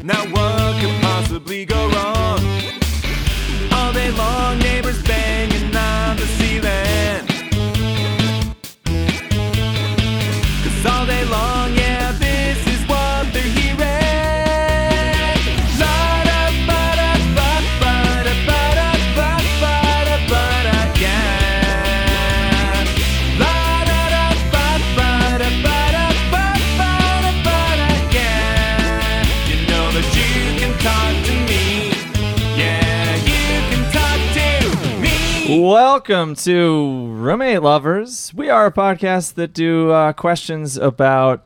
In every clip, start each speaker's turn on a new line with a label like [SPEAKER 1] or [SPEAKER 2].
[SPEAKER 1] about what could possibly go wrong. All day long, neighbors banging on the ceiling. Cause all day long, yeah, this is what they're hearing. La-da-ba-da-ba-ba-da-ba-da-ba-da-ba-da, yeah. La-da-da-ba-ba-da-ba-da-ba-da-ba-da, yeah. You know that you can talk to me. Yeah, you can talk to me.
[SPEAKER 2] Welcome to Roommate Lovers. We are a podcast that do uh, questions about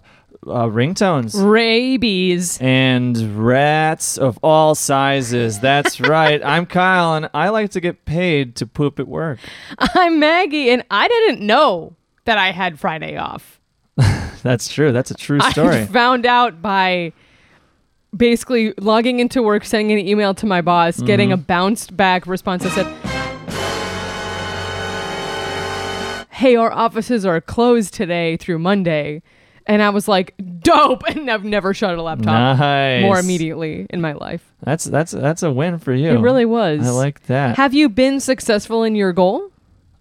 [SPEAKER 2] uh, ringtones
[SPEAKER 3] Rabies.
[SPEAKER 2] and rats of all sizes. That's right. I'm Kyle, and I like to get paid to poop at work.
[SPEAKER 3] I'm Maggie, and I didn't know that I had Friday off.
[SPEAKER 2] That's true. That's a true
[SPEAKER 3] I
[SPEAKER 2] story.
[SPEAKER 3] found out by basically logging into work, sending an email to my boss,
[SPEAKER 2] Mm-hmm.
[SPEAKER 3] getting a bounced back response that said, Hey, our offices are closed today through Monday. And I was like, dope. And I've never shut a laptop
[SPEAKER 2] Nice.
[SPEAKER 3] more immediately in my life.
[SPEAKER 2] That's that's that's a win for you.
[SPEAKER 3] It really was.
[SPEAKER 2] I like that.
[SPEAKER 3] Have you been successful in your goal?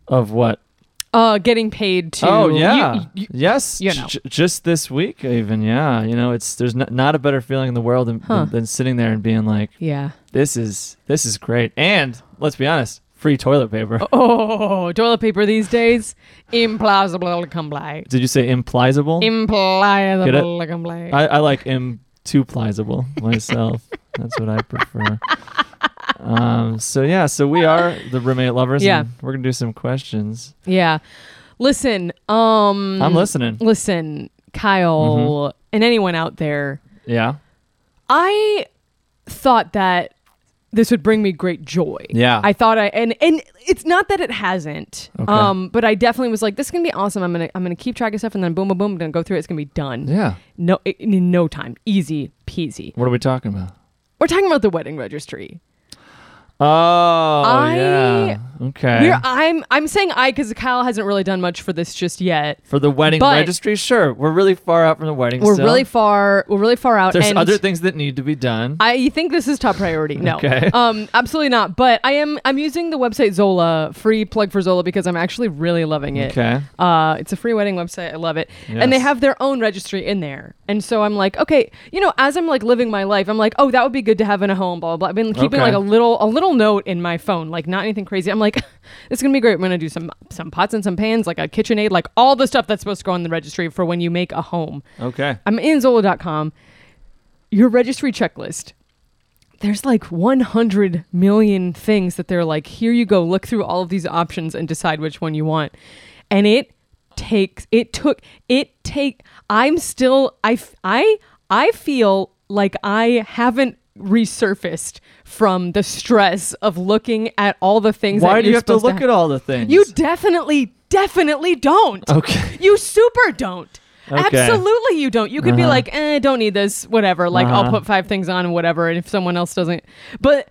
[SPEAKER 2] of what?
[SPEAKER 3] Uh, getting paid to.
[SPEAKER 2] Oh yeah,
[SPEAKER 3] you- you-
[SPEAKER 2] yes.
[SPEAKER 3] you know.
[SPEAKER 2] J- just this week, even yeah. You know, it's there's n- not a better feeling in the world than,
[SPEAKER 3] Huh.
[SPEAKER 2] than, than sitting there and being like,
[SPEAKER 3] yeah.
[SPEAKER 2] this is this is great. And let's be honest, free toilet paper.
[SPEAKER 3] Oh, toilet paper these days, implausible to come by.
[SPEAKER 2] Did you say implizable? Get
[SPEAKER 3] Implausible
[SPEAKER 2] it?
[SPEAKER 3] to come by.
[SPEAKER 2] I, I like im two plizable myself. That's what I prefer. Um, so yeah, so we are the roommate lovers.
[SPEAKER 3] Yeah.
[SPEAKER 2] and we're gonna do some questions.
[SPEAKER 3] yeah. Listen, um,
[SPEAKER 2] I'm listening. Mm-hmm.
[SPEAKER 3] listen, Kyle, and anyone out there,
[SPEAKER 2] Yeah,
[SPEAKER 3] I thought that this would bring me great joy.
[SPEAKER 2] Yeah.
[SPEAKER 3] I thought I and and it's not that it hasn't.
[SPEAKER 2] Okay.
[SPEAKER 3] Um, but I definitely was like, this is gonna be awesome. I'm gonna I'm gonna keep track of stuff and then boom boom boom, I'm gonna go through it. It's gonna be done.
[SPEAKER 2] yeah.
[SPEAKER 3] No, in no time, easy peasy.
[SPEAKER 2] What are we talking about?
[SPEAKER 3] We're talking about the wedding registry.
[SPEAKER 2] Oh
[SPEAKER 3] I-
[SPEAKER 2] yeah. Okay.
[SPEAKER 3] We're, uh, I'm I'm saying I because Kyle hasn't really done much for this just yet.
[SPEAKER 2] For the wedding
[SPEAKER 3] But-
[SPEAKER 2] registry, sure. We're really far out from the wedding.
[SPEAKER 3] We're
[SPEAKER 2] still.
[SPEAKER 3] really far. We're really far out.
[SPEAKER 2] There's
[SPEAKER 3] and
[SPEAKER 2] other things that need to be done.
[SPEAKER 3] I think this is top priority. No,
[SPEAKER 2] Okay.
[SPEAKER 3] um, absolutely not. But I am I'm using the website Zola. Free plug for Zola because I'm actually really loving it.
[SPEAKER 2] okay.
[SPEAKER 3] Uh, it's a free wedding website. I love it. And they
[SPEAKER 2] Yes.
[SPEAKER 3] have their own registry in there. And so I'm like, okay, you know, as I'm like living my life, I'm like, oh, that would be good to have in a home, blah, blah, blah. I've been keeping
[SPEAKER 2] Okay.
[SPEAKER 3] like a little, a little note in my phone, like not anything crazy. I'm like, this is going to be great. I'm going to do some, some pots and some pans, like a KitchenAid, like all the stuff that's supposed to go on the registry for when you make a home.
[SPEAKER 2] Okay.
[SPEAKER 3] I'm in Zola.com. Your registry checklist. There's like 100 million things that they're like, here you go, look through all of these options and decide which one you want. And it takes, it took, it take, I'm still, I, f- I, I feel like I haven't resurfaced from the stress of looking at all the things.
[SPEAKER 2] Why
[SPEAKER 3] that
[SPEAKER 2] do you
[SPEAKER 3] you're
[SPEAKER 2] have to
[SPEAKER 3] supposed
[SPEAKER 2] look
[SPEAKER 3] have.
[SPEAKER 2] at all the things?
[SPEAKER 3] You definitely, definitely don't.
[SPEAKER 2] Okay.
[SPEAKER 3] You super don't.
[SPEAKER 2] Okay.
[SPEAKER 3] Absolutely, you don't. You could be
[SPEAKER 2] Uh-huh.
[SPEAKER 3] like, eh, don't need this, whatever. Like, I'll
[SPEAKER 2] Uh-huh.
[SPEAKER 3] put five things on and whatever. And if someone else doesn't, but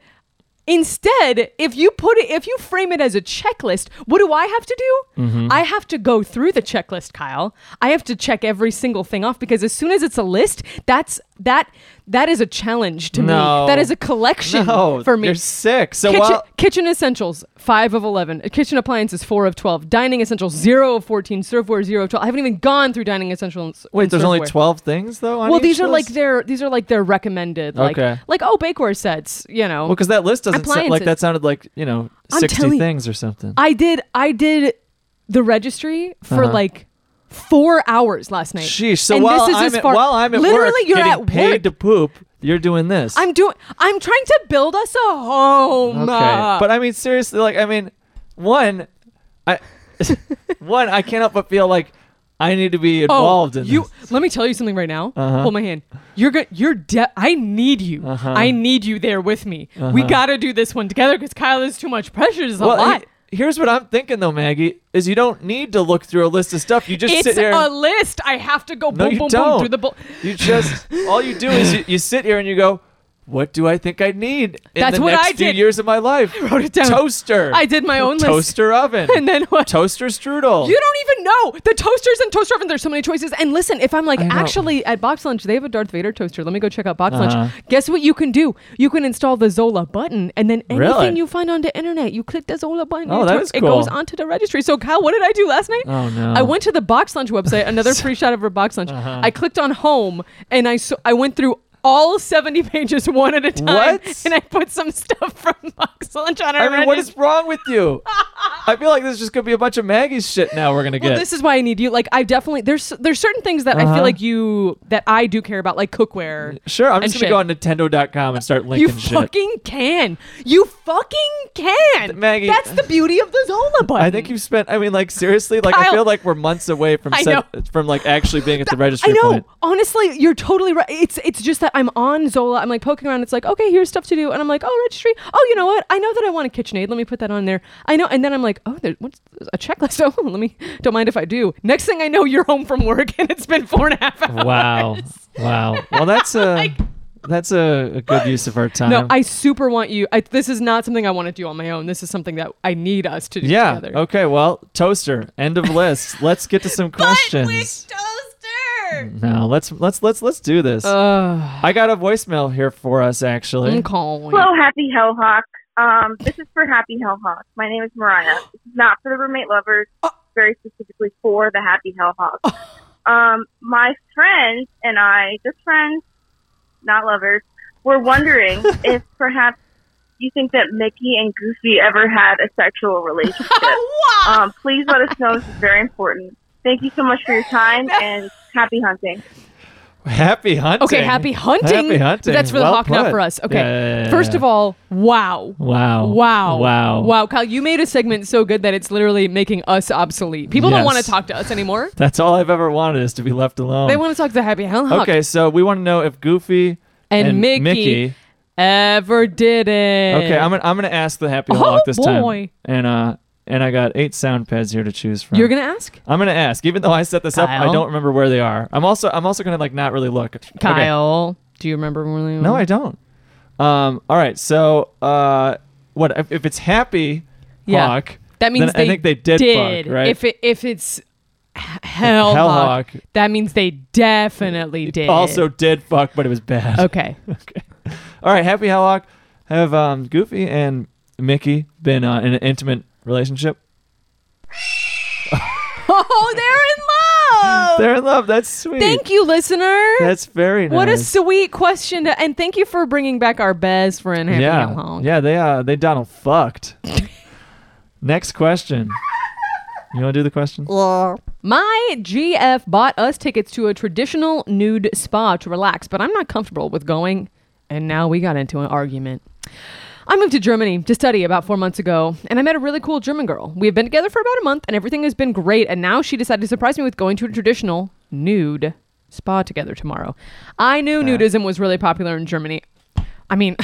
[SPEAKER 3] instead, if you put it, if you frame it as a checklist, what do I have to do?
[SPEAKER 2] Mm-hmm.
[SPEAKER 3] I have to go through the checklist, Kyle. I have to check every single thing off because as soon as it's a list, that's that that is a challenge to
[SPEAKER 2] No.
[SPEAKER 3] me. That is a collection
[SPEAKER 2] no,
[SPEAKER 3] for me.
[SPEAKER 2] You're sick. So
[SPEAKER 3] Kitchen,
[SPEAKER 2] while
[SPEAKER 3] kitchen essentials, five of eleven. Uh, Kitchen appliances, four of twelve. Dining essentials, zero of fourteen. Serveware, zero of twelve. I haven't even gone through dining essentials. and
[SPEAKER 2] wait, there's only
[SPEAKER 3] serveware.
[SPEAKER 2] twelve things though. On
[SPEAKER 3] Well,
[SPEAKER 2] each
[SPEAKER 3] these are like
[SPEAKER 2] list?
[SPEAKER 3] their these are like their recommended. Like,
[SPEAKER 2] Okay.
[SPEAKER 3] Like oh, bakeware sets. You know.
[SPEAKER 2] well, because that list doesn't sound like
[SPEAKER 3] appliances.
[SPEAKER 2] that sounded like you know
[SPEAKER 3] I'm
[SPEAKER 2] sixty
[SPEAKER 3] telling you-
[SPEAKER 2] things or something.
[SPEAKER 3] I did I did the registry for
[SPEAKER 2] Uh-huh.
[SPEAKER 3] like four hours last night.
[SPEAKER 2] Sheesh. So
[SPEAKER 3] And
[SPEAKER 2] while
[SPEAKER 3] this is
[SPEAKER 2] I'm
[SPEAKER 3] as
[SPEAKER 2] at,
[SPEAKER 3] far-
[SPEAKER 2] while I'm at
[SPEAKER 3] literally
[SPEAKER 2] work,
[SPEAKER 3] you're
[SPEAKER 2] getting
[SPEAKER 3] at
[SPEAKER 2] paid
[SPEAKER 3] work.
[SPEAKER 2] to poop, you're doing this.
[SPEAKER 3] I'm doing. I'm trying to build us a home.
[SPEAKER 2] okay. but I mean, seriously, like I mean, one, I one I cannot but feel like I need to be involved in
[SPEAKER 3] Oh, you.
[SPEAKER 2] this.
[SPEAKER 3] Let me tell you something right now.
[SPEAKER 2] Uh-huh.
[SPEAKER 3] Hold my hand. You're good. You're de- I need you.
[SPEAKER 2] Uh-huh.
[SPEAKER 3] I need you there with me. We
[SPEAKER 2] Uh-huh.
[SPEAKER 3] gotta do this one together because Kyle is too much pressure. It's a
[SPEAKER 2] Well,
[SPEAKER 3] lot.
[SPEAKER 2] he- here's what I'm thinking though, Maggie, is you don't need to look through a list of stuff. You just
[SPEAKER 3] it's
[SPEAKER 2] sit here.
[SPEAKER 3] a
[SPEAKER 2] and-
[SPEAKER 3] list. I have to go
[SPEAKER 2] no,
[SPEAKER 3] boom,
[SPEAKER 2] you
[SPEAKER 3] boom,
[SPEAKER 2] don't.
[SPEAKER 3] boom through the. Bu-
[SPEAKER 2] you just all you do is you, you sit here and you go, what do I think I need in
[SPEAKER 3] That's
[SPEAKER 2] the
[SPEAKER 3] what
[SPEAKER 2] next
[SPEAKER 3] I
[SPEAKER 2] few
[SPEAKER 3] did.
[SPEAKER 2] years of my life? I
[SPEAKER 3] wrote it down.
[SPEAKER 2] Toaster.
[SPEAKER 3] I did my own list.
[SPEAKER 2] Toaster oven.
[SPEAKER 3] And then what?
[SPEAKER 2] Toaster strudel.
[SPEAKER 3] You don't even know the toasters and toaster oven. There's so many choices. And listen, if I'm like
[SPEAKER 2] I know.
[SPEAKER 3] actually at Box Lunch, they have a Darth Vader toaster. Let me go check out Box
[SPEAKER 2] Uh-huh.
[SPEAKER 3] Lunch. Guess what you can do? You can install the Zola button, and then anything
[SPEAKER 2] Really?
[SPEAKER 3] you find on the internet, you click the Zola button.
[SPEAKER 2] Oh,
[SPEAKER 3] you
[SPEAKER 2] that
[SPEAKER 3] toast-
[SPEAKER 2] is
[SPEAKER 3] It goes
[SPEAKER 2] cool.
[SPEAKER 3] onto the registry. So Kyle, what did I do last night?
[SPEAKER 2] Oh, no. Uh-huh.
[SPEAKER 3] I went to the Box Lunch website. Another free shot of our Box Lunch. I clicked on Home, and I so- I went through. All 70 pages one at a time.
[SPEAKER 2] What?
[SPEAKER 3] And I put some stuff from Box Lunch on our
[SPEAKER 2] I mean, what
[SPEAKER 3] registry.
[SPEAKER 2] is wrong with you? I feel like this is just gonna be a bunch of Maggie's shit now. We're gonna get.
[SPEAKER 3] Well, this is why I need you. Like, I definitely there's there's certain things that I
[SPEAKER 2] Uh-huh.
[SPEAKER 3] feel like you that I do care about, like cookware.
[SPEAKER 2] sure, I'm
[SPEAKER 3] and
[SPEAKER 2] just gonna
[SPEAKER 3] shit.
[SPEAKER 2] go on Nintendo.com and start
[SPEAKER 3] You
[SPEAKER 2] linking shit.
[SPEAKER 3] fucking can. You fucking can.
[SPEAKER 2] Maggie-
[SPEAKER 3] that's the beauty of the Zola button.
[SPEAKER 2] I think you've spent. I mean, like seriously, like I
[SPEAKER 3] Kyle-
[SPEAKER 2] feel like we're months away from
[SPEAKER 3] I
[SPEAKER 2] set,
[SPEAKER 3] know.
[SPEAKER 2] from like actually being at the
[SPEAKER 3] I
[SPEAKER 2] registry
[SPEAKER 3] know.
[SPEAKER 2] point.
[SPEAKER 3] Honestly, you're totally right. It's it's just that I'm on Zola. I'm like poking around. It's like, okay, here's stuff to do, and I'm like, oh, registry. Oh, you know what? I know that I want a KitchenAid. Let me put that on there. I know, and then I'm like, oh, there's what's there's a checklist. Oh, let me. Don't mind if I do. Next thing I know, you're home from work, and it's been four and a half hours.
[SPEAKER 2] Wow, wow. Well, that's a that's a, a good use of our time.
[SPEAKER 3] No, I super want you. I, this is not something I want to do on my own. This is something that I need us to do
[SPEAKER 2] yeah.
[SPEAKER 3] together.
[SPEAKER 2] Okay. Well, toaster. End of list. let's get to some questions.
[SPEAKER 3] toaster.
[SPEAKER 2] No, let's let's let's let's do this.
[SPEAKER 3] Uh,
[SPEAKER 2] I got a voicemail here for us actually.
[SPEAKER 3] I'm calling.
[SPEAKER 4] Hello, Happy Hellhawk. Um, this is for Happy Hellhawk. My name is Mariah. This is not for the roommate lovers. It's very specifically for the Happy Hellhawk. Um, my friends and I, just friends, not lovers, were wondering if perhaps you think that Mickey and Goofy ever had a sexual relationship. um, please let us know. This is very important. Thank you so much for your time and happy hunting.
[SPEAKER 2] Happy hunting.
[SPEAKER 3] Okay, happy hunting.
[SPEAKER 2] Happy hunting.
[SPEAKER 3] That's for the
[SPEAKER 2] Well
[SPEAKER 3] hawk, not
[SPEAKER 2] put.
[SPEAKER 3] for us. Okay.
[SPEAKER 2] Yeah, yeah, yeah,
[SPEAKER 3] First
[SPEAKER 2] yeah.
[SPEAKER 3] of all, wow.
[SPEAKER 2] Wow.
[SPEAKER 3] Wow.
[SPEAKER 2] Wow.
[SPEAKER 3] Wow, Kyle, you made a segment so good that it's literally making us obsolete. People don't
[SPEAKER 2] Yes. Um,
[SPEAKER 3] want to talk to us anymore.
[SPEAKER 2] That's all I've ever wanted is to be left alone.
[SPEAKER 3] They want to talk to the Happy Hellhawk.
[SPEAKER 2] okay, so we want to know if Goofy
[SPEAKER 3] And Mickey.
[SPEAKER 2] Mickey
[SPEAKER 3] Ever did it.
[SPEAKER 2] Okay, I'm gonna, I'm gonna ask the happy
[SPEAKER 3] Oh,
[SPEAKER 2] Hawk this
[SPEAKER 3] boy.
[SPEAKER 2] time. And uh and I got eight sound pads here to choose from.
[SPEAKER 3] You're going to ask?
[SPEAKER 2] I'm gonna ask, even though I set this up, I
[SPEAKER 3] Kyle?
[SPEAKER 2] don't remember where they are. I'm also I'm also gonna like not really look. Okay.
[SPEAKER 3] Kyle, do you remember when we
[SPEAKER 2] No, I don't. Um. All right. So, uh, what if, if it's happy
[SPEAKER 3] Yeah.
[SPEAKER 2] hawk?
[SPEAKER 3] That means
[SPEAKER 2] then
[SPEAKER 3] they
[SPEAKER 2] I think they did, fuck, right?
[SPEAKER 3] If it, if it's hell,
[SPEAKER 2] Hellhawk.
[SPEAKER 3] that means they definitely did.
[SPEAKER 2] also did fuck, but it was bad.
[SPEAKER 3] okay.
[SPEAKER 2] okay. All right. Happy hawk. Have um Goofy and Mickey been uh, in an intimate relationship?
[SPEAKER 3] oh, they're in love.
[SPEAKER 2] They're in love. That's sweet.
[SPEAKER 3] Thank you, listener.
[SPEAKER 2] That's very nice.
[SPEAKER 3] what a sweet question, to, and thank you for bringing back our best friend. Happy
[SPEAKER 2] yeah.
[SPEAKER 3] Hellhawk.
[SPEAKER 2] Yeah. They uh they Donald fucked. Next question. You want to do the question?
[SPEAKER 3] My GF bought us tickets to a traditional nude spa to relax, but I'm not comfortable with going. And now we got into an argument. I moved to Germany to study about four months ago, and I met a really cool German girl. We have been together for about a month, and everything has been great. And now she decided to surprise me with going to a traditional nude spa together tomorrow. I knew nudism was really popular in Germany. I mean,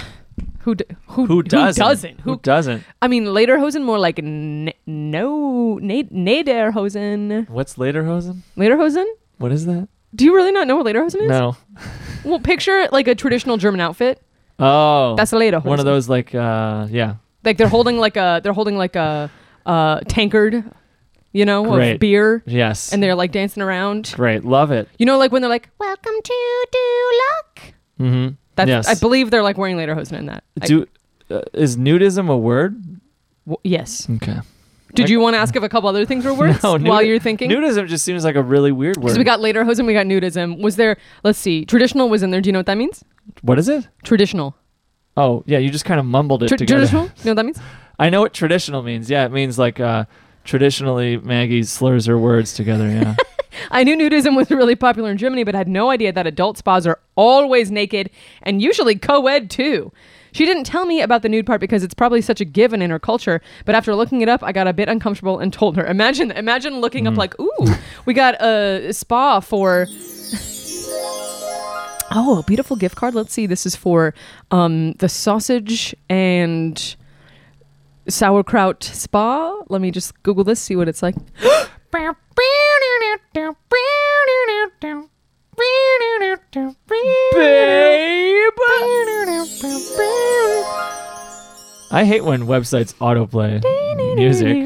[SPEAKER 3] who d- who
[SPEAKER 2] Who doesn't?
[SPEAKER 3] Who doesn't?
[SPEAKER 2] Who doesn't?
[SPEAKER 3] I mean, lederhosen more like n- no na- nederhosen.
[SPEAKER 2] What's Lederhosen?
[SPEAKER 3] Lederhosen?
[SPEAKER 2] What is that?
[SPEAKER 3] Do you really not know what lederhosen is?
[SPEAKER 2] No.
[SPEAKER 3] Well, picture like a traditional German outfit.
[SPEAKER 2] Oh.
[SPEAKER 3] That's a lederhosen.
[SPEAKER 2] One of those like uh yeah.
[SPEAKER 3] Like they're holding like a they're holding like a uh, tankard, you know, of
[SPEAKER 2] Great.
[SPEAKER 3] beer,
[SPEAKER 2] Yes.
[SPEAKER 3] and they're like dancing around.
[SPEAKER 2] great. Love it.
[SPEAKER 3] You know, like when they're like "Welcome to Duloc."
[SPEAKER 2] Mhm.
[SPEAKER 3] That's
[SPEAKER 2] yes.
[SPEAKER 3] I believe they're like wearing lederhosen in that. I-
[SPEAKER 2] Do uh, is nudism a word?
[SPEAKER 3] w- yes.
[SPEAKER 2] Okay.
[SPEAKER 3] Did you want to ask if a couple other things were words
[SPEAKER 2] Hmm. No,
[SPEAKER 3] while
[SPEAKER 2] Oh, nudi-
[SPEAKER 3] you're thinking?
[SPEAKER 2] Nudism just seems like a really weird word.
[SPEAKER 3] Because we got lederhosen, we got nudism. Was there? Let's see. Traditional was in there. Do you know what that means?
[SPEAKER 2] what is it?
[SPEAKER 3] Traditional.
[SPEAKER 2] Oh, yeah, you just kind of mumbled it
[SPEAKER 3] Tra-
[SPEAKER 2] together.
[SPEAKER 3] traditional. You know what that means?
[SPEAKER 2] I know what traditional means. Yeah, it means like uh traditionally Maggie slurs her words together, yeah.
[SPEAKER 3] I knew nudism was really popular in Germany, but had no idea that adult spas are always naked and usually co ed too. She didn't tell me about the nude part because it's probably such a given in her culture. But after looking it up, I got a bit uncomfortable and told her. Imagine, imagine looking up like, "Ooh, we got a spa for." Oh, a beautiful gift card. Let's see. This is for um, the sausage and sauerkraut spa. Let me just Google this, see what it's like.
[SPEAKER 2] Babe. I hate when websites autoplay music.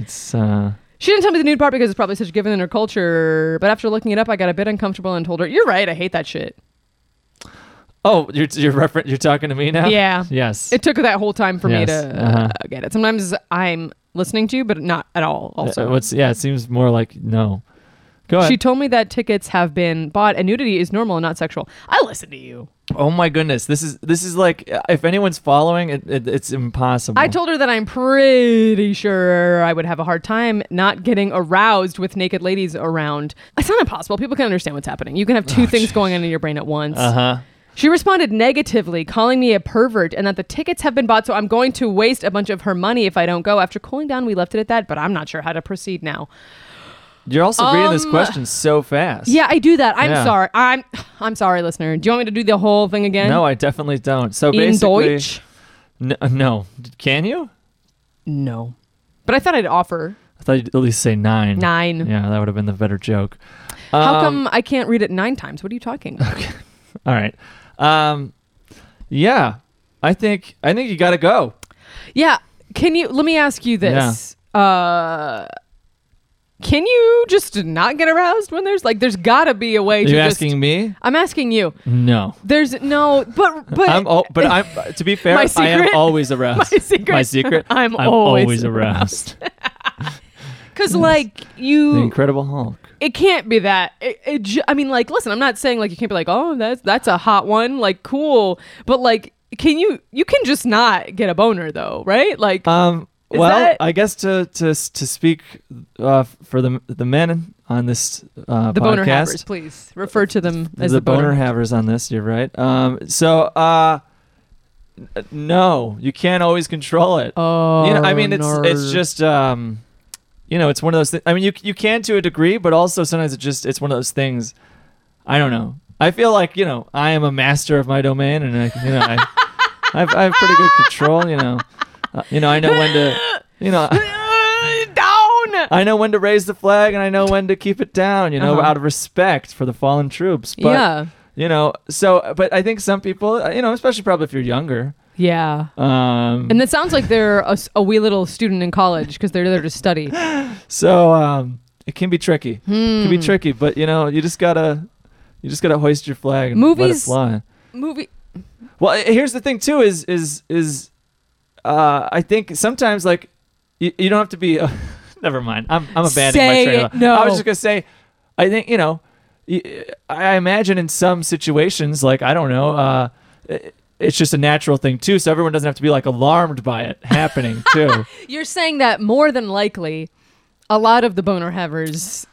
[SPEAKER 2] It's uh
[SPEAKER 3] She didn't tell me the nude part because it's probably such a given in her culture. But after looking it up, I got a bit uncomfortable and told her, "You're right. I hate that shit."
[SPEAKER 2] oh, you're you're refer- you're talking to me now.
[SPEAKER 3] Yeah.
[SPEAKER 2] Yes.
[SPEAKER 3] It took her that whole time for me
[SPEAKER 2] Yes,
[SPEAKER 3] to
[SPEAKER 2] uh-huh.
[SPEAKER 3] uh, get it. Sometimes I'm listening to you, but not at all. Also,
[SPEAKER 2] Uh, what's yeah? It seems more like no. Go ahead.
[SPEAKER 3] She told me that tickets have been bought and nudity is normal and not sexual. I listen to you.
[SPEAKER 2] oh my goodness, this is this is like uh, if anyone's following, it, it it's impossible.
[SPEAKER 3] I told her that I'm pretty sure I would have a hard time not getting aroused with naked ladies around. It's not impossible. People can understand what's happening. You can have
[SPEAKER 2] Oh,
[SPEAKER 3] two things going on in your brain at once.
[SPEAKER 2] Uh huh.
[SPEAKER 3] She responded negatively, calling me a pervert and that the tickets have been bought, so I'm going to waste a bunch of her money if I don't go. After cooling down, we left it at that, but I'm not sure how to proceed now.
[SPEAKER 2] You're also reading this
[SPEAKER 3] Um,
[SPEAKER 2] question so fast.
[SPEAKER 3] Yeah, I do that. I'm
[SPEAKER 2] Yeah.
[SPEAKER 3] sorry. I'm I'm sorry, listener. Do you want me to do the whole thing again?
[SPEAKER 2] No, I definitely don't. So
[SPEAKER 3] in
[SPEAKER 2] basically,
[SPEAKER 3] Deutsch?
[SPEAKER 2] N- uh, no. Can you?
[SPEAKER 3] No. But I thought I'd offer.
[SPEAKER 2] I thought you'd at least say nine.
[SPEAKER 3] Nine.
[SPEAKER 2] Yeah, that would have been the better joke.
[SPEAKER 3] How
[SPEAKER 2] Um,
[SPEAKER 3] come I can't read it nine times? What are you talking about?
[SPEAKER 2] All right. Um, yeah, I think I think you got to go.
[SPEAKER 3] Yeah. Can you let me ask you this? Uh can you just not get aroused when there's like there's gotta be a way
[SPEAKER 2] Are
[SPEAKER 3] to
[SPEAKER 2] you
[SPEAKER 3] just
[SPEAKER 2] asking me?
[SPEAKER 3] I'm asking you.
[SPEAKER 2] No.
[SPEAKER 3] There's no but but
[SPEAKER 2] I'm al- but I'm to be fair,
[SPEAKER 3] My
[SPEAKER 2] I am
[SPEAKER 3] secret-
[SPEAKER 2] always aroused.
[SPEAKER 3] my secret-
[SPEAKER 2] My secret.
[SPEAKER 3] I'm always
[SPEAKER 2] aroused.
[SPEAKER 3] cuz like you
[SPEAKER 2] the Incredible Hulk.
[SPEAKER 3] it can't be that. It, it ju- I mean, like, listen, I'm not saying like you can't be like, oh, that's that's a hot one, like cool, but like, can you you can just not get a boner though, right? Like,
[SPEAKER 2] Um.
[SPEAKER 3] Is
[SPEAKER 2] well,
[SPEAKER 3] that-
[SPEAKER 2] I guess to to to speak uh, for the the men on this uh,
[SPEAKER 3] the
[SPEAKER 2] podcast,
[SPEAKER 3] boner havers, please refer to them as the,
[SPEAKER 2] boner, havers on this. You're right. Um. So uh, n- no, you can't always control it.
[SPEAKER 3] Oh,
[SPEAKER 2] you know, I mean, it's it's
[SPEAKER 3] nerd.
[SPEAKER 2] just um, you know, it's one of those. Th- I mean, you you can to a degree, but also sometimes it just it's one of those things. I don't know. I feel like you know I am a master of my domain, and I you know I I've, I have pretty good control. You know, Uh, you know I know when to you know.
[SPEAKER 3] Uh, down.
[SPEAKER 2] I know when to raise the flag and I know when to keep it down, you know,
[SPEAKER 3] Uh-huh.
[SPEAKER 2] out of respect for the fallen troops. But,
[SPEAKER 3] yeah,
[SPEAKER 2] you know, so, but I think some people, uh, you know, especially probably if you're younger,
[SPEAKER 3] yeah.
[SPEAKER 2] um,
[SPEAKER 3] And that sounds like they're a, s- a wee little student in college because they're there to study.
[SPEAKER 2] So um, it can be tricky. It
[SPEAKER 3] Hmm.
[SPEAKER 2] can be tricky, but you know, you just gotta, you just gotta hoist your flag and let it
[SPEAKER 3] Movies-
[SPEAKER 2] fly.
[SPEAKER 3] Movie.
[SPEAKER 2] Well, eh, here's the thing too: is is is, uh, I think sometimes like, you, you don't have to be. never mind. I'm I'm abandoning
[SPEAKER 3] Say
[SPEAKER 2] my train.
[SPEAKER 3] it,
[SPEAKER 2] of thought. I was
[SPEAKER 3] no.
[SPEAKER 2] just gonna say, I think you know, y- I imagine in some situations like I don't know. Uh, eh, it's just a natural thing too, so everyone doesn't have to be like alarmed by it happening too.
[SPEAKER 3] You're saying that more than likely, a lot of the boner havers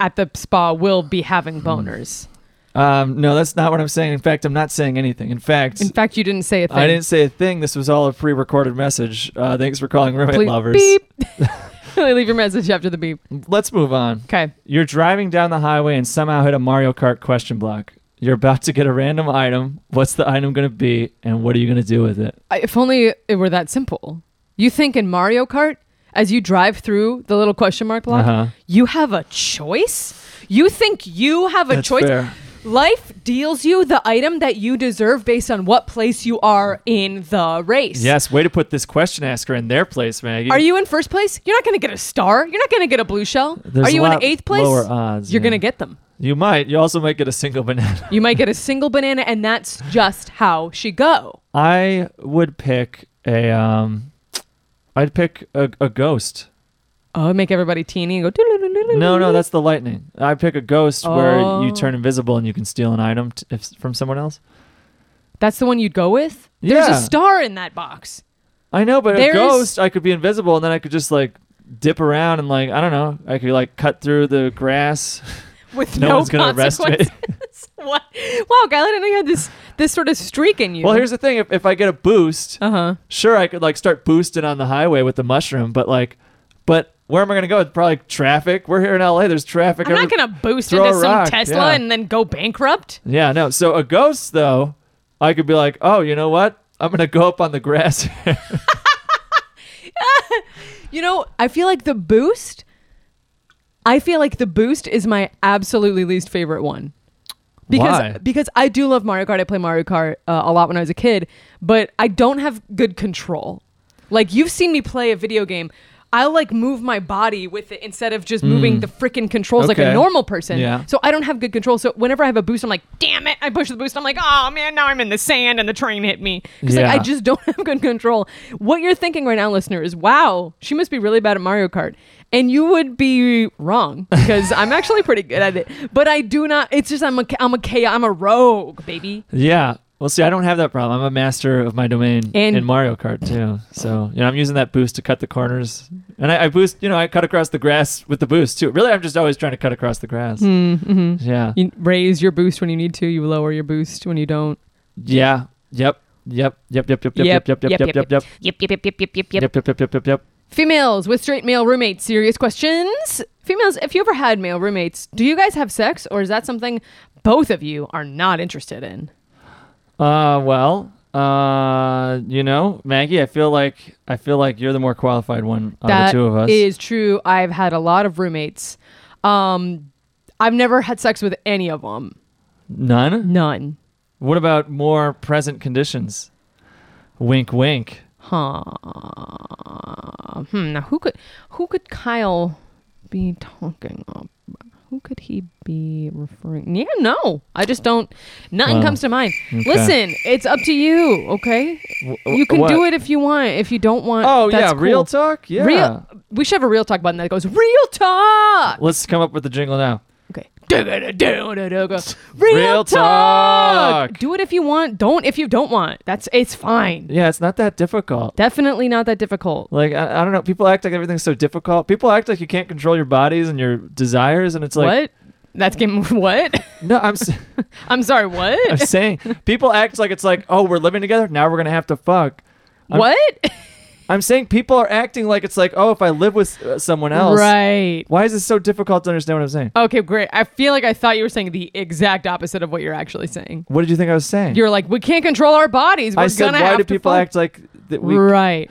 [SPEAKER 3] at the spa will be having
[SPEAKER 2] Hmm.
[SPEAKER 3] boners.
[SPEAKER 2] Um, no, that's not what I'm saying. In fact, I'm not saying anything. In fact,
[SPEAKER 3] In fact, you didn't say a thing.
[SPEAKER 2] I didn't say a thing. This was all a pre-recorded message. Uh, thanks for calling roommate
[SPEAKER 3] Please-
[SPEAKER 2] lovers. Hmm.
[SPEAKER 3] Beep. Leave your message after the beep.
[SPEAKER 2] Let's move on.
[SPEAKER 3] Okay.
[SPEAKER 2] You're driving down the highway and somehow hit a Mario Kart question block. You're about to get a random item. What's the item going to be, and what are you going to do with it?
[SPEAKER 3] I, if only it were that simple. You think in Mario Kart, as you drive through the little question mark block,
[SPEAKER 2] Uh-huh.
[SPEAKER 3] you have a choice? You think you have a
[SPEAKER 2] That's
[SPEAKER 3] choice?
[SPEAKER 2] fair.
[SPEAKER 3] Life deals you the item that you deserve based on what place you are in the race.
[SPEAKER 2] Yes, way to put this question asker in their place, Maggie.
[SPEAKER 3] Are you in first place? You're not going to get a star. You're not going to get a blue shell.
[SPEAKER 2] There's
[SPEAKER 3] are you
[SPEAKER 2] a
[SPEAKER 3] in
[SPEAKER 2] lot
[SPEAKER 3] eighth place?
[SPEAKER 2] lower odds,
[SPEAKER 3] You're
[SPEAKER 2] yeah.
[SPEAKER 3] going to get them.
[SPEAKER 2] You might. You also might get a single banana.
[SPEAKER 3] You might get a single banana, and that's just how she go.
[SPEAKER 2] I would pick a. Um, I'd pick a, a ghost.
[SPEAKER 3] Oh, make everybody teeny and go. "Doo-doo-doo-doo-doo-doo."
[SPEAKER 2] No, no, that's the lightning. I pick a ghost where you
[SPEAKER 3] Oh.
[SPEAKER 2] turn invisible and you can steal an item t- if, from someone else.
[SPEAKER 3] That's the one you'd go with. There's
[SPEAKER 2] Yeah.
[SPEAKER 3] a star in that box.
[SPEAKER 2] I know, but
[SPEAKER 3] There's-
[SPEAKER 2] a ghost, I could be invisible and then I could just like dip around and like I don't know, I could like cut through the grass.
[SPEAKER 3] With
[SPEAKER 2] No
[SPEAKER 3] no,
[SPEAKER 2] one's gonna arrest me.
[SPEAKER 3] consequences. what? Wow, Kyle, I didn't know you had this this sort of streak in you.
[SPEAKER 2] Well, here's the thing: if, if I get a boost,
[SPEAKER 3] uh huh.
[SPEAKER 2] sure, I could like start boosting on the highway with the mushroom, but like, but where am I gonna go? It's probably traffic. We're here in LA. There's traffic.
[SPEAKER 3] I'm not
[SPEAKER 2] every-
[SPEAKER 3] gonna boost
[SPEAKER 2] throw
[SPEAKER 3] into
[SPEAKER 2] a
[SPEAKER 3] some
[SPEAKER 2] rock,
[SPEAKER 3] Tesla
[SPEAKER 2] yeah.
[SPEAKER 3] and then go bankrupt.
[SPEAKER 2] Yeah, no. So a ghost though, I could be like, oh, you know what? I'm gonna go up on the grass.
[SPEAKER 3] You know, I feel like the boost. I feel like the boost is my absolutely least favorite one. because
[SPEAKER 2] Why?
[SPEAKER 3] because I do love Mario Kart. I play Mario Kart uh, a lot when I was a kid, but I don't have good control. Like you've seen me play a video game, I'll like move my body with it instead of just moving the freaking controls like
[SPEAKER 2] Mm. Okay.
[SPEAKER 3] a normal person.
[SPEAKER 2] Yeah.
[SPEAKER 3] So I don't have good control. So whenever I have a boost, I'm like, damn it! I push the boost. I'm like, oh man, now I'm in the sand and the train hit me. Because like
[SPEAKER 2] Yeah.
[SPEAKER 3] I just don't have good control. What you're thinking right now, listener, is wow, she must be really bad at Mario Kart. And you would be wrong because I'm actually pretty good at it. But I do not. It's just I'm a I'm a cha- I'm a rogue, baby.
[SPEAKER 2] Yeah. Well, see, I don't have that problem. I'm a master of my domain
[SPEAKER 3] And-
[SPEAKER 2] in Mario Kart too. So you know, I'm using that boost to cut the corners, and I, I boost. You know, I cut across the grass with the boost too. Really, I'm just always trying to cut across the grass. Yeah.
[SPEAKER 3] Mm-hmm. You raise your boost when you need to. You lower your boost when you don't.
[SPEAKER 2] Yeah. Yep. Yep. Yep. Yep. Yep. Yep. Yep. Yep. Yep. Yep. Yep. Yep.
[SPEAKER 5] Yep, yep, yep, yep, yep, yep,
[SPEAKER 2] Yep.
[SPEAKER 5] yep.
[SPEAKER 2] Yep. Yep. Yep. Yep. Yep.
[SPEAKER 3] Females with straight male roommates. Serious questions. Females, if you ever had male roommates, do you guys have sex, or is that something both of you are not interested in?
[SPEAKER 2] Uh. Well. Uh. You know, Maggie, I feel like I feel like you're the more qualified one out of
[SPEAKER 3] That is
[SPEAKER 2] the two of us.
[SPEAKER 3] true. I've had a lot of roommates. Um, I've never had sex with any of them.
[SPEAKER 2] None.
[SPEAKER 3] None.
[SPEAKER 2] What about more present conditions? Wink, wink.
[SPEAKER 3] Huh. Hmm. Now, who could who could Kyle be talking about? Who could he be referring? Yeah, no, I just don't. Nothing
[SPEAKER 2] Wow.
[SPEAKER 3] comes to mind. Listen, it's up to you. Okay, you can do
[SPEAKER 2] what?
[SPEAKER 3] it if you want. If you don't want,
[SPEAKER 2] Oh
[SPEAKER 3] that's
[SPEAKER 2] yeah, real
[SPEAKER 3] cool.
[SPEAKER 2] talk. Yeah.
[SPEAKER 3] Real. We should have a real talk button that goes real talk.
[SPEAKER 2] Let's come up with the jingle now.
[SPEAKER 3] Okay. Real,
[SPEAKER 2] Real
[SPEAKER 3] talk.
[SPEAKER 2] talk.
[SPEAKER 3] Do it if you want. Don't if you don't want. That's it's fine.
[SPEAKER 2] Yeah, it's not that difficult.
[SPEAKER 3] Definitely not that difficult.
[SPEAKER 2] like I, I don't know, people act like everything's so difficult. People act like you can't control your bodies and your desires, and it's like
[SPEAKER 3] what? That's game. What?
[SPEAKER 2] no, I'm s-
[SPEAKER 3] I'm sorry.
[SPEAKER 2] I'm
[SPEAKER 3] What?
[SPEAKER 2] saying people act like it's like oh we're living together now we're gonna have to fuck. I'm-
[SPEAKER 3] what?
[SPEAKER 2] I'm saying people are acting like it's like oh if I live with uh, someone else,
[SPEAKER 3] right. Oh.
[SPEAKER 2] why is this so difficult to understand what I'm saying?
[SPEAKER 3] Okay, great. I feel like I thought you were saying the exact opposite of what you're actually saying.
[SPEAKER 2] What did you think I was saying?
[SPEAKER 3] You're like, we can't control our bodies. We're
[SPEAKER 2] I said
[SPEAKER 3] gonna
[SPEAKER 2] why
[SPEAKER 3] have
[SPEAKER 2] do
[SPEAKER 3] to
[SPEAKER 2] people
[SPEAKER 3] fuck."
[SPEAKER 2] act like that we
[SPEAKER 3] right.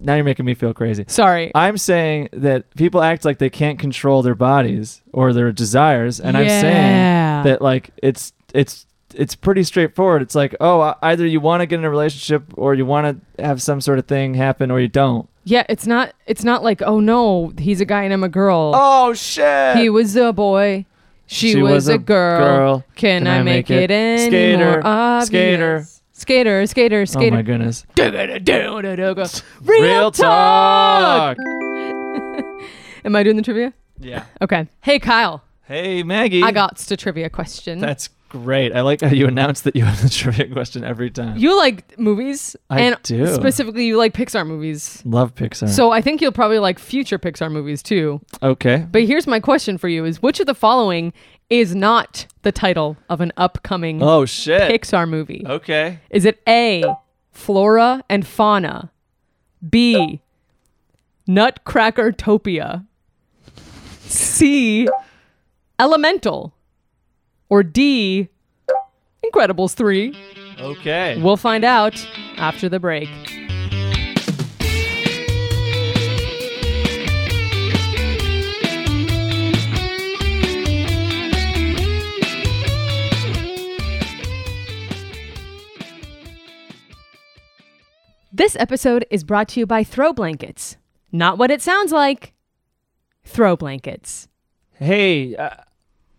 [SPEAKER 2] now you're making me feel crazy.
[SPEAKER 3] Sorry.
[SPEAKER 2] I'm saying that people act like they can't control their bodies or their desires, and I'm
[SPEAKER 3] Yeah.
[SPEAKER 2] saying that like it's it's it's pretty straightforward. It's like oh, e- either you want to get in a relationship or you want to have some sort of thing happen or you don't.
[SPEAKER 3] yeah, it's not. It's not like, oh no, he's a guy and I'm a girl.
[SPEAKER 2] Oh shit!
[SPEAKER 3] He was a boy. She, was, a girl. Can, I make, it, any
[SPEAKER 2] Skater,
[SPEAKER 3] more obvious?
[SPEAKER 2] skater.
[SPEAKER 3] Skater, skater,
[SPEAKER 2] oh
[SPEAKER 3] skater.
[SPEAKER 2] my goodness!
[SPEAKER 3] Real,
[SPEAKER 2] Real
[SPEAKER 3] talk.
[SPEAKER 2] talk.
[SPEAKER 3] Am I doing the trivia?
[SPEAKER 2] Yeah.
[SPEAKER 3] Okay. Hey, Kyle.
[SPEAKER 2] Hey Maggie.
[SPEAKER 3] I got to trivia question.
[SPEAKER 2] That's great. I like how you announce that you have the trivia question every time.
[SPEAKER 3] you like movies,
[SPEAKER 2] I
[SPEAKER 3] and
[SPEAKER 2] do.
[SPEAKER 3] specifically you like Pixar movies.
[SPEAKER 2] Love Pixar.
[SPEAKER 3] So I think you'll probably like future Pixar movies too.
[SPEAKER 2] okay.
[SPEAKER 3] But here's my question for you: Is which of the following is not the title of an upcoming
[SPEAKER 2] Oh shit.
[SPEAKER 3] Pixar movie?
[SPEAKER 2] Okay.
[SPEAKER 3] Is it A, flora and fauna? B, nutcracker topia? C, elemental? Or D, Incredibles 3?
[SPEAKER 2] Okay.
[SPEAKER 3] We'll find out after the break. This episode is brought to you by Throw Blankets. Not what it sounds like. Throw blankets.
[SPEAKER 2] hey, uh,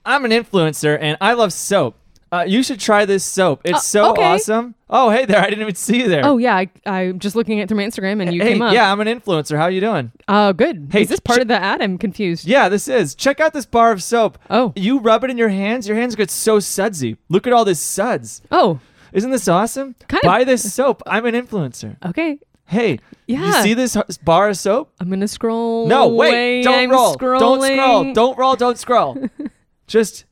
[SPEAKER 2] I'm an influencer and I love soap. Uh, you should try this soap. It's
[SPEAKER 3] Uh,
[SPEAKER 2] so
[SPEAKER 3] okay.
[SPEAKER 2] awesome. Oh, hey there. I didn't even see you there.
[SPEAKER 3] Oh yeah, I, I'm just looking at through my Instagram and you
[SPEAKER 2] hey,
[SPEAKER 3] came up.
[SPEAKER 2] yeah, I'm an influencer. How you doing?
[SPEAKER 3] Oh, good.
[SPEAKER 2] Hey,
[SPEAKER 3] is this part
[SPEAKER 2] ch-
[SPEAKER 3] of the ad? I'm confused.
[SPEAKER 2] Yeah, this is. Check out this bar of soap.
[SPEAKER 3] Oh.
[SPEAKER 2] You rub it in your hands. Your hands get so sudsy. Look at all this suds.
[SPEAKER 3] Oh,
[SPEAKER 2] Isn't this awesome?
[SPEAKER 3] Kind of-
[SPEAKER 2] Buy this soap. I'm an influencer.
[SPEAKER 3] okay.
[SPEAKER 2] Hey,
[SPEAKER 3] Yeah.
[SPEAKER 2] you see this h- bar of soap?
[SPEAKER 3] I'm gonna scroll.
[SPEAKER 2] No, wait.
[SPEAKER 3] away.
[SPEAKER 2] Don't
[SPEAKER 3] I'm
[SPEAKER 2] roll. Don't
[SPEAKER 3] scrolling.
[SPEAKER 2] scroll. Don't roll. Don't scroll. Just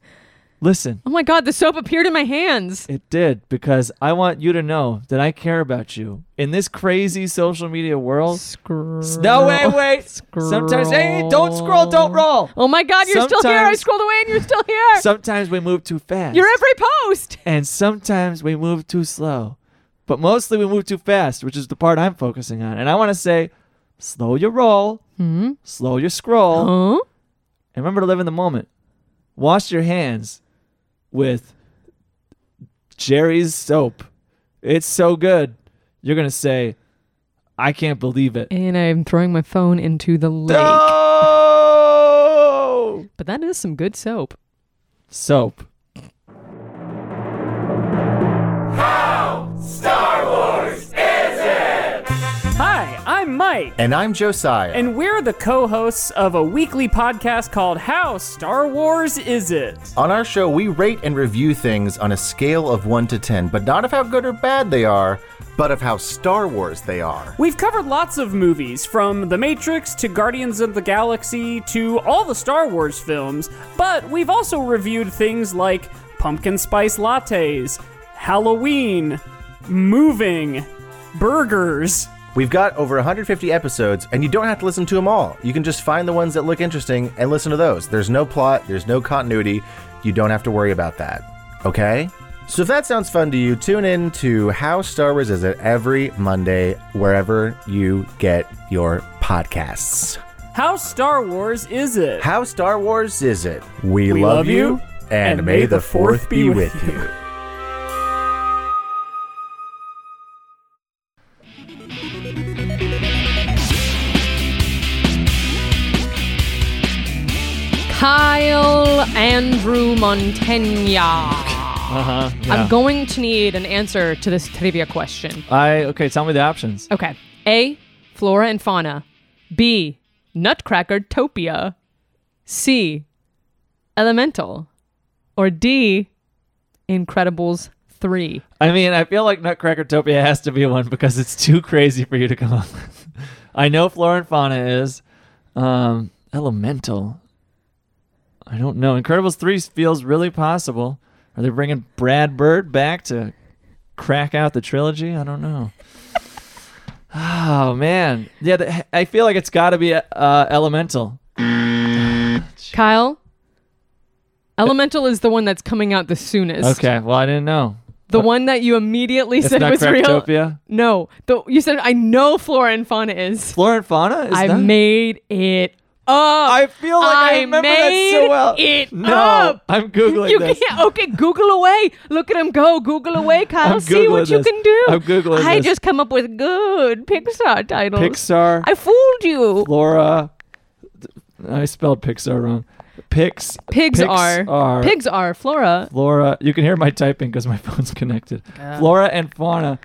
[SPEAKER 2] listen.
[SPEAKER 3] Oh my God, the soap appeared in my hands.
[SPEAKER 2] It did because I want you to know that I care about you in this crazy social media world.
[SPEAKER 3] Scroll.
[SPEAKER 2] No, wait, wait. Sometimes, hey, don't scroll, don't roll.
[SPEAKER 3] Oh my God, you're still here. I
[SPEAKER 2] Sometimes-
[SPEAKER 3] scrolled away and you're still here.
[SPEAKER 2] Sometimes we move too fast.
[SPEAKER 3] you're every post.
[SPEAKER 2] and sometimes we move too slow. But mostly we move too fast, which is the part I'm focusing on. And I want to say, slow your roll,
[SPEAKER 3] Hmm?
[SPEAKER 2] slow your scroll,
[SPEAKER 3] Huh?
[SPEAKER 2] and remember to live in the moment. Wash your hands with Jerry's soap. It's so good. You're going to say, I can't believe it.
[SPEAKER 3] And I'm throwing my phone into the lake.
[SPEAKER 2] No!
[SPEAKER 3] But that is some good soap.
[SPEAKER 2] Soap.
[SPEAKER 5] Hi, I'm Mike,
[SPEAKER 6] And I'm Josiah.
[SPEAKER 5] and we're the co hosts of a weekly podcast called How Star Wars Is It?
[SPEAKER 6] on our show, we rate and review things on a scale of 1 to 10, but not of how good or bad they are, but of how Star Wars they are.
[SPEAKER 5] We've covered lots of movies, from The Matrix to Guardians of the Galaxy to all the Star Wars films, but we've also reviewed things like pumpkin spice lattes, Halloween, moving, burgers.
[SPEAKER 6] We've got over 150 episodes, and you don't have to listen to them all. You can just find the ones that look interesting and listen to those. There's no plot, there's no continuity. You don't have to worry about that. Okay? So if that sounds fun to you, tune in to How Star Wars Is It every Monday, wherever you get your podcasts.
[SPEAKER 5] How Star Wars Is It?
[SPEAKER 6] How Star Wars is it? We,
[SPEAKER 5] We love you,
[SPEAKER 6] and, may the fourth be with you.
[SPEAKER 3] Kyle Andrew Montaigne.
[SPEAKER 2] Uh huh.
[SPEAKER 3] I'm going to need an answer to this trivia question.
[SPEAKER 2] I, okay, tell me the options.
[SPEAKER 3] Okay. A. Flora and fauna. B. Nutcracker topia. C. Elemental. Or D. Incredibles 3.
[SPEAKER 2] I mean, I feel like Nutcracker Topia has to be one because it's too crazy for you to come up with. I know Flora and Fauna is. Um, Elemental. I don't know. Incredibles 3 feels really possible. Are they bringing Brad Bird back to crack out the trilogy? I don't know. Oh, man. Yeah, the, I feel like it's got to be uh, Elemental.
[SPEAKER 3] Kyle? Elemental is the one that's coming out the soonest.
[SPEAKER 2] Okay, well, I didn't know.
[SPEAKER 3] The one that you immediately
[SPEAKER 2] It's
[SPEAKER 3] said was real.
[SPEAKER 2] Nutcracktopia?
[SPEAKER 3] No. The, you said, I know Flora and Fauna is.
[SPEAKER 2] Flora and Fauna? Is
[SPEAKER 3] I
[SPEAKER 2] that-
[SPEAKER 3] made it up.
[SPEAKER 2] I feel like I, remember that so
[SPEAKER 3] made
[SPEAKER 2] well.
[SPEAKER 3] It
[SPEAKER 2] no,
[SPEAKER 3] up.
[SPEAKER 2] I'm googling
[SPEAKER 3] you
[SPEAKER 2] this.
[SPEAKER 3] can't. Okay, Google away. Look at him go. Google away, Kyle.
[SPEAKER 2] I'm
[SPEAKER 3] See what
[SPEAKER 2] Googling
[SPEAKER 3] you
[SPEAKER 2] this.
[SPEAKER 3] can do.
[SPEAKER 2] I'm Googling
[SPEAKER 3] I
[SPEAKER 2] this.
[SPEAKER 3] just come up with good Pixar titles.
[SPEAKER 2] Pixar,
[SPEAKER 3] I fooled you.
[SPEAKER 2] Flora. I spelled Pixar wrong. Pix.
[SPEAKER 3] Pigs are
[SPEAKER 2] Pixar,
[SPEAKER 3] pigs are Flora.
[SPEAKER 2] Flora. You can hear my typing because my phone's connected. Flora and fauna.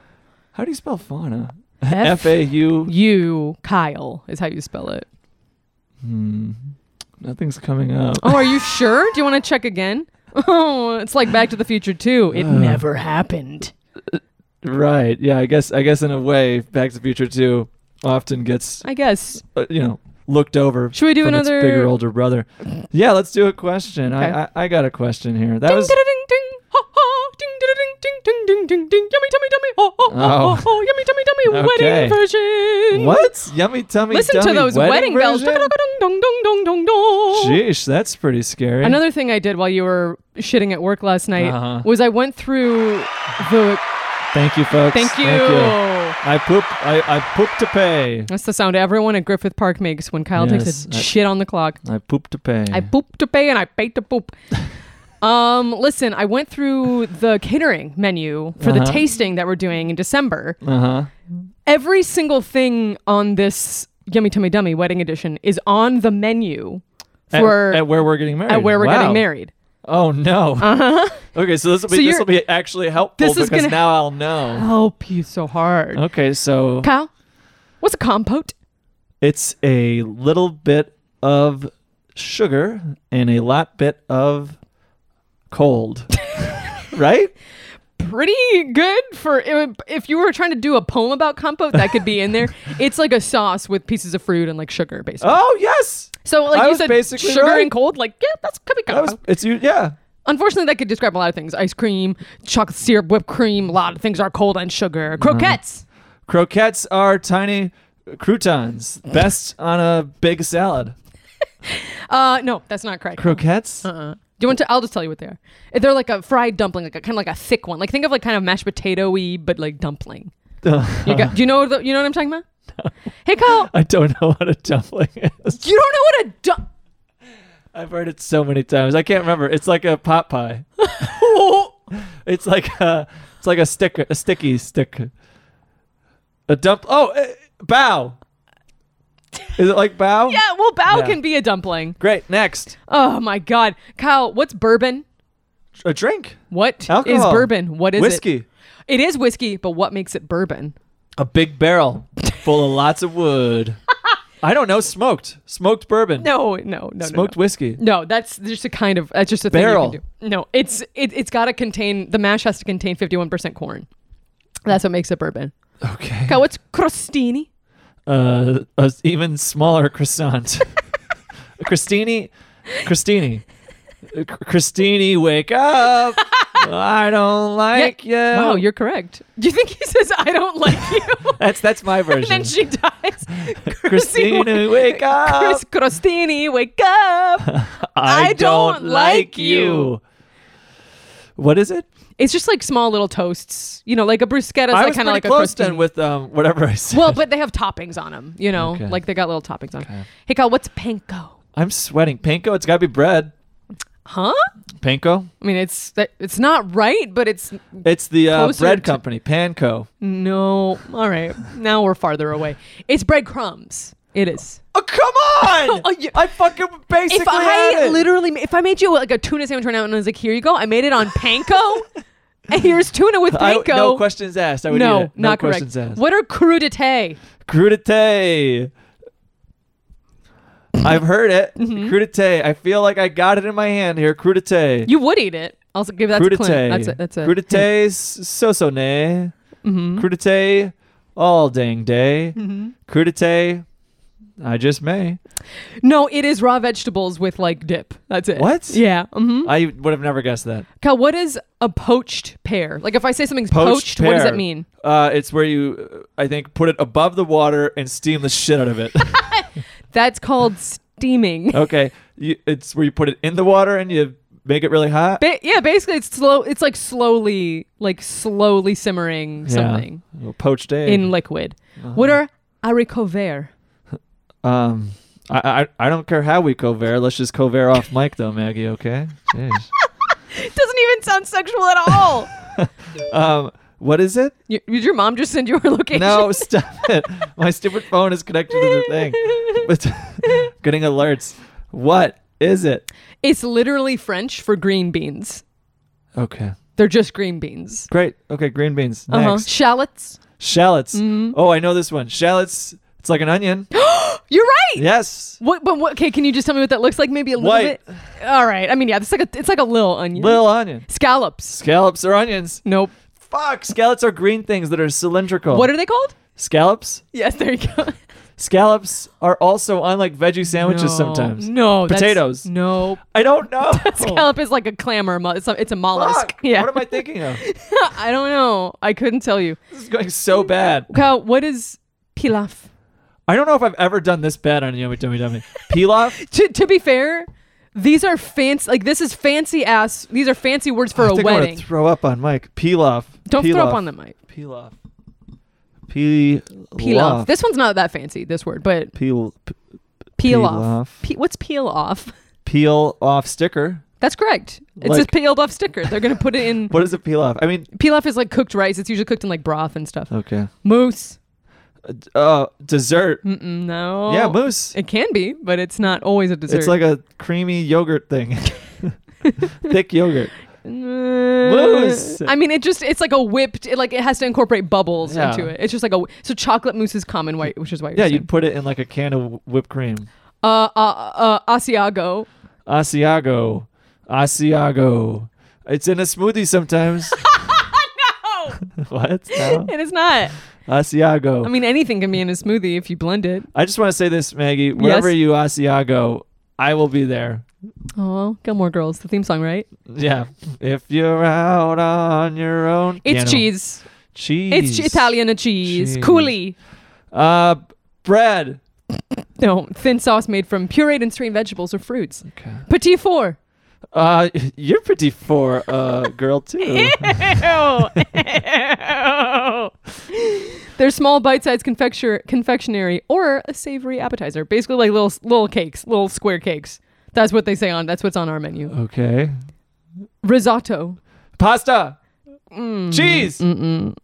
[SPEAKER 2] How do you spell fauna? F A U.
[SPEAKER 3] You Kyle is how you spell it.
[SPEAKER 2] Nothing's coming up.
[SPEAKER 3] Oh, are you sure? Do you want to check again? Oh, it's like Back to the Future too.
[SPEAKER 2] Uh.
[SPEAKER 3] It never happened.
[SPEAKER 2] Right. Yeah. I guess. I guess in a way, Back to the Future Two often gets
[SPEAKER 3] I guess.
[SPEAKER 2] uh, you know looked over.
[SPEAKER 3] Should we do
[SPEAKER 2] from its
[SPEAKER 3] another-
[SPEAKER 2] bigger older brother? Yeah, let's do a question. I, I
[SPEAKER 3] Okay.
[SPEAKER 2] I got a question here. That
[SPEAKER 3] Ding,
[SPEAKER 2] was
[SPEAKER 3] ding, ding, ha, ha, ding, ding, ding, ding, ding, ding, ding, yummy, tummy, tummy, ho, ho, ho,
[SPEAKER 2] Oh.
[SPEAKER 3] ho, ho, yummy, tummy, tummy,
[SPEAKER 2] Okay.
[SPEAKER 3] wedding version.
[SPEAKER 2] what yummy tummy.
[SPEAKER 3] Listen to
[SPEAKER 2] dummy
[SPEAKER 3] those wedding, bells. Dong,
[SPEAKER 2] version?
[SPEAKER 3] dong, dong, dong, dong, dong, dong.
[SPEAKER 2] Sheesh, that's pretty scary.
[SPEAKER 3] Another thing I did while you were shitting at work last night
[SPEAKER 2] Uh-huh.
[SPEAKER 3] was I went through the.
[SPEAKER 2] Thank you, folks.
[SPEAKER 3] Thank you.
[SPEAKER 2] I poop. I, I poop to pay.
[SPEAKER 3] That's the sound everyone at Griffith Park makes when Kyle takes
[SPEAKER 2] Yes,
[SPEAKER 3] a
[SPEAKER 2] I-
[SPEAKER 3] shit on the clock.
[SPEAKER 2] I poop to pay.
[SPEAKER 3] I poop to pay and I pay to poop. um, listen, I went through the catering menu for the
[SPEAKER 2] Uh-huh.
[SPEAKER 3] tasting that we're doing in December.
[SPEAKER 2] Uh huh.
[SPEAKER 3] Every single thing on this Yummy Tummy Dummy Wedding Edition is on the menu
[SPEAKER 2] At,
[SPEAKER 3] for
[SPEAKER 2] at where we're getting married.
[SPEAKER 3] at where we're
[SPEAKER 2] Wow.
[SPEAKER 3] getting married. Uh-huh.
[SPEAKER 2] Oh no. Uh huh. Okay, so this will be
[SPEAKER 3] So
[SPEAKER 2] this
[SPEAKER 3] you're-
[SPEAKER 2] will be actually helpful
[SPEAKER 3] This is
[SPEAKER 2] because
[SPEAKER 3] gonna- Oh.
[SPEAKER 2] now I'll know.
[SPEAKER 3] Help you so hard.
[SPEAKER 2] Okay, so
[SPEAKER 3] Uh, Kyle, what's a compote?
[SPEAKER 2] it's a little bit of sugar and a lot bit of cold. right?
[SPEAKER 3] Pretty good for if you were trying to do a poem about compote, that could be in there. it's like a sauce with pieces of fruit and like sugar, basically.
[SPEAKER 2] Oh yes.
[SPEAKER 3] so like
[SPEAKER 2] I
[SPEAKER 3] you
[SPEAKER 2] was
[SPEAKER 3] said,
[SPEAKER 2] basically
[SPEAKER 3] sugar
[SPEAKER 2] right.
[SPEAKER 3] and cold, like yeah, that's could be
[SPEAKER 2] That
[SPEAKER 3] compote.
[SPEAKER 2] was it's you yeah.
[SPEAKER 3] Unfortunately, that could describe a lot of things: ice cream, chocolate syrup, whipped cream. A lot of things are cold and
[SPEAKER 2] Uh-huh.
[SPEAKER 3] sugar. Croquettes.
[SPEAKER 2] Croquettes are tiny croutons, best on a big salad.
[SPEAKER 3] Uh, no, that's not correct.
[SPEAKER 2] Croquettes?
[SPEAKER 3] Uh-uh. Do you want to? I'll just tell you what they are. They're like a fried dumpling, like a kind of like a thick one. Like think of like kind of mashed potato-y, but like dumpling. You got, do you know? The, you know what I'm talking about? Hey, Kyle,
[SPEAKER 2] I don't know what a dumpling is.
[SPEAKER 3] you don't know what a du-
[SPEAKER 2] I've heard it so many times. I can't remember. It's like a pot pie. it's like a, it's like a sticker, a sticky stick, a dump. Oh, eh, bow. Is it like bow?
[SPEAKER 3] Yeah, well, bow
[SPEAKER 2] Yeah.
[SPEAKER 3] can be a dumpling.
[SPEAKER 2] Great. Next,
[SPEAKER 3] Oh my God, Kyle, what's bourbon?
[SPEAKER 2] a drink.
[SPEAKER 3] What is
[SPEAKER 2] Alcohol.
[SPEAKER 3] bourbon? What is
[SPEAKER 2] Whiskey.
[SPEAKER 3] it? It is whiskey, but what makes it bourbon?
[SPEAKER 2] A big barrel full of lots of wood. I don't know. Smoked. Smoked bourbon.
[SPEAKER 3] No, no, no,
[SPEAKER 2] Smoked
[SPEAKER 3] no, no.
[SPEAKER 2] whiskey.
[SPEAKER 3] No, that's just a kind of that's just a thing you
[SPEAKER 2] Barrel.
[SPEAKER 3] can do. No, it's it, it's got to contain the mash has to contain fifty one percent corn. That's what makes it bourbon.
[SPEAKER 2] Okay.
[SPEAKER 3] Kyle, what's crostini?
[SPEAKER 2] uh, a s- even smaller croissant. Christini, Christini, Uh, Cr- Christini, wake up! I don't like you.
[SPEAKER 3] Wow, you're correct. Do you think he says I don't like you?
[SPEAKER 2] That's that's my
[SPEAKER 3] and
[SPEAKER 2] version.
[SPEAKER 3] then she dies.
[SPEAKER 2] Christina, wake up!
[SPEAKER 3] Chris Crostini, wake up. I don't like you.
[SPEAKER 2] What is it?
[SPEAKER 3] it's just like small little toasts. You know, like a bruschetta is
[SPEAKER 2] I
[SPEAKER 3] like
[SPEAKER 2] was
[SPEAKER 3] kind of
[SPEAKER 2] pretty
[SPEAKER 3] like
[SPEAKER 2] close
[SPEAKER 3] a crostini.
[SPEAKER 2] then with um, whatever I said.
[SPEAKER 3] well, but they have toppings on them, you know?
[SPEAKER 2] Okay.
[SPEAKER 3] Like they got little toppings on. 'em. Hey Kyle, what's panko?
[SPEAKER 2] I'm sweating. Panko, it's got to be bread.
[SPEAKER 3] Huh?
[SPEAKER 2] Panko,
[SPEAKER 3] I mean, it's that it's not right, but it's
[SPEAKER 2] it's the uh,
[SPEAKER 3] Closer
[SPEAKER 2] bread
[SPEAKER 3] to-
[SPEAKER 2] company. Panko.
[SPEAKER 3] no. All right, now we're farther away. It's breadcrumbs. It is.
[SPEAKER 2] Oh come on!
[SPEAKER 3] Oh, you-
[SPEAKER 2] I fucking basically
[SPEAKER 3] If
[SPEAKER 2] had
[SPEAKER 3] I
[SPEAKER 2] it.
[SPEAKER 3] literally, if I made you like a tuna sandwich right now, and I was like, "Here you go," I made it on panko, and here's tuna with
[SPEAKER 2] I-
[SPEAKER 3] panko.
[SPEAKER 2] no questions asked. I would
[SPEAKER 3] No,
[SPEAKER 2] eat it. No
[SPEAKER 3] not
[SPEAKER 2] questions
[SPEAKER 3] correct.
[SPEAKER 2] asked.
[SPEAKER 3] What are crudité?
[SPEAKER 2] Crudité. I've heard it.
[SPEAKER 3] Mm-hmm.
[SPEAKER 2] Crudité. I feel like I got it in my hand here. Crudité.
[SPEAKER 3] You would eat it. I'll give that to
[SPEAKER 2] crudité.
[SPEAKER 3] Clint. That's it. That's Mm-hmm. it.
[SPEAKER 2] Crudité sosone. Crudité all dang day.
[SPEAKER 3] Mm-hmm.
[SPEAKER 2] Crudité. I just may.
[SPEAKER 3] No, it is raw vegetables with like dip. That's it.
[SPEAKER 2] What?
[SPEAKER 3] Yeah. Mm-hmm.
[SPEAKER 2] I would have never guessed that.
[SPEAKER 3] Kyle, what is a poached pear? Like if I say something's poached,
[SPEAKER 2] Poached
[SPEAKER 3] what does
[SPEAKER 2] pear.
[SPEAKER 3] that mean?
[SPEAKER 2] Uh, it's where you, uh, I think, put it above the water and steam the shit out of it.
[SPEAKER 3] That's called steaming.
[SPEAKER 2] okay. You, it's where you put it in the water and you make it really hot.
[SPEAKER 3] Ba- yeah, basically it's slow. It's like slowly, like slowly simmering something
[SPEAKER 2] Yeah. A poached egg.
[SPEAKER 3] in liquid.
[SPEAKER 2] Uh-huh.
[SPEAKER 3] What are haricots verts?
[SPEAKER 2] um, I, I I don't care how we cover. Let's just cover off Mike though, Maggie. Okay. Jeez.
[SPEAKER 3] It doesn't even sound sexual at all.
[SPEAKER 2] um, what is it?
[SPEAKER 3] you, did your mom just send you our location?
[SPEAKER 2] No, stop it. My stupid phone is connected to the thing. But getting alerts. What is it?
[SPEAKER 3] it's literally French for green beans.
[SPEAKER 2] Okay.
[SPEAKER 3] They're just green beans.
[SPEAKER 2] Great. Okay, green beans. Next.
[SPEAKER 3] Uh-huh. Mm-hmm. Shallots.
[SPEAKER 2] Shallots. Oh, I know this one. Shallots. It's like an onion.
[SPEAKER 3] You're right.
[SPEAKER 2] yes.
[SPEAKER 3] What? But what? Okay, can you just tell me what that looks like? Maybe a little
[SPEAKER 2] White.
[SPEAKER 3] bit. All right. I mean, yeah, it's like a it's like a little onion.
[SPEAKER 2] Little onion.
[SPEAKER 3] Scallops.
[SPEAKER 2] Scallops are onions.
[SPEAKER 3] Nope.
[SPEAKER 2] Fuck. Scallops are green things that are cylindrical.
[SPEAKER 3] What are they called?
[SPEAKER 2] scallops?
[SPEAKER 3] Yes, there you go.
[SPEAKER 2] Scallops are also on like veggie sandwiches sometimes.
[SPEAKER 3] No. that's-
[SPEAKER 2] Potatoes. Oh.
[SPEAKER 3] Nope.
[SPEAKER 2] I don't know.
[SPEAKER 3] Scallop is like a clamor. mo- It's a, it's a mollusk.
[SPEAKER 2] Fuck.
[SPEAKER 3] Yeah.
[SPEAKER 2] What am I thinking of? This
[SPEAKER 3] I don't know. I couldn't tell you.
[SPEAKER 2] is going so bad.
[SPEAKER 3] Kyle, what is pilaf?
[SPEAKER 2] I don't know if I've ever done this bad on Yummy Dummy Dummy. Pilaf?
[SPEAKER 3] To, to be fair, these are fancy. Like this is fancy ass. These are fancy words for
[SPEAKER 2] I
[SPEAKER 3] a
[SPEAKER 2] think I'm
[SPEAKER 3] wedding.
[SPEAKER 2] gonna throw up on Mike. Pilaf.
[SPEAKER 3] Don't throw
[SPEAKER 2] Pilaf.
[SPEAKER 3] up on the mic.
[SPEAKER 2] Pilaf. Pilaf.
[SPEAKER 3] Pilaf. This one's not that fancy. This word, but
[SPEAKER 2] Peel. p-
[SPEAKER 3] peel
[SPEAKER 2] Pilaf.
[SPEAKER 3] off. Pe- what's peel off?
[SPEAKER 2] Peel off sticker.
[SPEAKER 3] That's correct. It's
[SPEAKER 2] Like-
[SPEAKER 3] a peeled off sticker. They're gonna put it in.
[SPEAKER 2] What is a pilaf? I mean,
[SPEAKER 3] Pilaf is like cooked rice. It's usually cooked in like broth and stuff.
[SPEAKER 2] okay.
[SPEAKER 3] Moose.
[SPEAKER 2] Uh, dessert.
[SPEAKER 3] Mm-mm, no.
[SPEAKER 2] Yeah, mousse.
[SPEAKER 3] It can be, but it's not always a dessert.
[SPEAKER 2] It's like a creamy yogurt thing. Thick yogurt.
[SPEAKER 3] mousse. I mean, it just it's like a whipped. It, like it has to incorporate bubbles
[SPEAKER 2] Yeah.
[SPEAKER 3] into it. It's just like a so chocolate mousse is common white, which is why. You're
[SPEAKER 2] Yeah,
[SPEAKER 3] saying.
[SPEAKER 2] you'd put it in like a can of whipped cream.
[SPEAKER 3] uh, uh, uh, Asiago.
[SPEAKER 2] Asiago. Asiago. It's in a smoothie sometimes.
[SPEAKER 3] Oh,
[SPEAKER 2] what? No.
[SPEAKER 3] it is not.
[SPEAKER 2] Asiago. I,
[SPEAKER 3] I mean, anything can be in a smoothie if you blend it.
[SPEAKER 2] just want to say this, Maggie. Wherever you Asiago, I will be there.
[SPEAKER 3] Oh, Gilmore Girls, the theme song, right?
[SPEAKER 2] Yeah. If you're out on your own.
[SPEAKER 3] It's
[SPEAKER 2] piano.
[SPEAKER 3] cheese. It's
[SPEAKER 2] Cheese.
[SPEAKER 3] che- Italian cheese.
[SPEAKER 2] Cheese.
[SPEAKER 3] Coulis.
[SPEAKER 2] Uh, bread.
[SPEAKER 3] No, thin sauce made from pureed and strained vegetables or fruits.
[SPEAKER 2] Okay.
[SPEAKER 3] Petit four.
[SPEAKER 2] Uh, you're pretty for a girl too.
[SPEAKER 3] They're small bite-sized confecture, confectionery or a savory appetizer. Basically like little little cakes, little square cakes. That's what they say on. That's what's on our menu.
[SPEAKER 2] Okay.
[SPEAKER 3] Risotto.
[SPEAKER 2] Pasta.
[SPEAKER 3] Mm.
[SPEAKER 2] Cheese.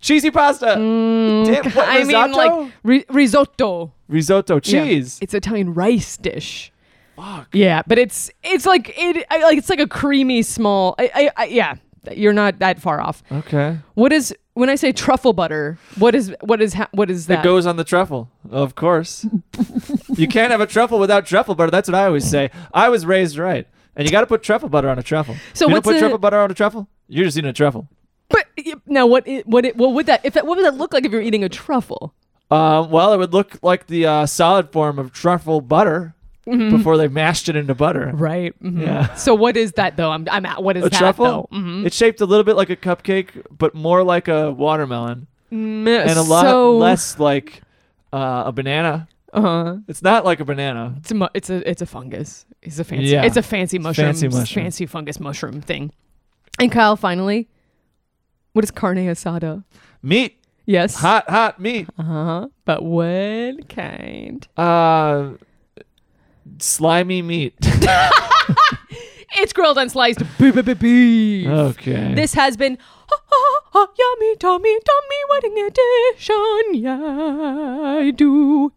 [SPEAKER 2] Cheesy pasta. Damn, what,
[SPEAKER 3] I mean,
[SPEAKER 2] risotto?
[SPEAKER 3] like ri- risotto.
[SPEAKER 2] risotto
[SPEAKER 3] Yeah.
[SPEAKER 2] cheese.
[SPEAKER 3] It's Italian rice dish. Fuck. Yeah, but it's it's like it I, like it's like a creamy small. I, I, I yeah, you're not that far off.
[SPEAKER 2] Uh. Okay.
[SPEAKER 3] What is when I say truffle butter? What is what is ha- what is that?
[SPEAKER 2] It goes on the truffle, of course. you can't have a truffle without truffle butter. That's what I always say. I was raised right, and you got to put truffle butter on a truffle.
[SPEAKER 3] So
[SPEAKER 2] you don't
[SPEAKER 3] what's
[SPEAKER 2] put
[SPEAKER 3] a-
[SPEAKER 2] truffle butter on a truffle? You're just eating a truffle.
[SPEAKER 3] but y- now what it, what it, what would that if that, what would that look like if you're eating a truffle?
[SPEAKER 2] Um, well, it would look like the uh, solid form of truffle butter before they mashed it into butter.
[SPEAKER 3] Mm-hmm. Right. mhm.
[SPEAKER 2] Yeah.
[SPEAKER 3] So what is that though? I'm I'm out. What is
[SPEAKER 2] A
[SPEAKER 3] that
[SPEAKER 2] truffle?
[SPEAKER 3] though? Mhm.
[SPEAKER 2] It's shaped a little bit like a cupcake, but more like a watermelon,
[SPEAKER 3] Mm,
[SPEAKER 2] and a lot
[SPEAKER 3] so,
[SPEAKER 2] less like uh, a banana.
[SPEAKER 3] Uh,
[SPEAKER 2] It's not like a banana.
[SPEAKER 3] it's a mu- it's a it's a fungus. It's a fancy.
[SPEAKER 2] Yeah.
[SPEAKER 3] It's a fancy mushroom.
[SPEAKER 2] Fancy
[SPEAKER 3] s-
[SPEAKER 2] mushroom.
[SPEAKER 3] Fancy fungus mushroom thing. And Kyle, finally, what is carne asada?
[SPEAKER 2] Meat,
[SPEAKER 3] Yes.
[SPEAKER 2] hot, hot meat.
[SPEAKER 3] Uh huh. But what kind?
[SPEAKER 2] Uh, slimy meat.
[SPEAKER 3] It's grilled and sliced. Boo, boo, boo,
[SPEAKER 2] Oh,
[SPEAKER 3] boo.
[SPEAKER 2] okay.
[SPEAKER 3] This has been ah, ah, ah, yummy, tummy, tummy wedding edition. Yeah, I do.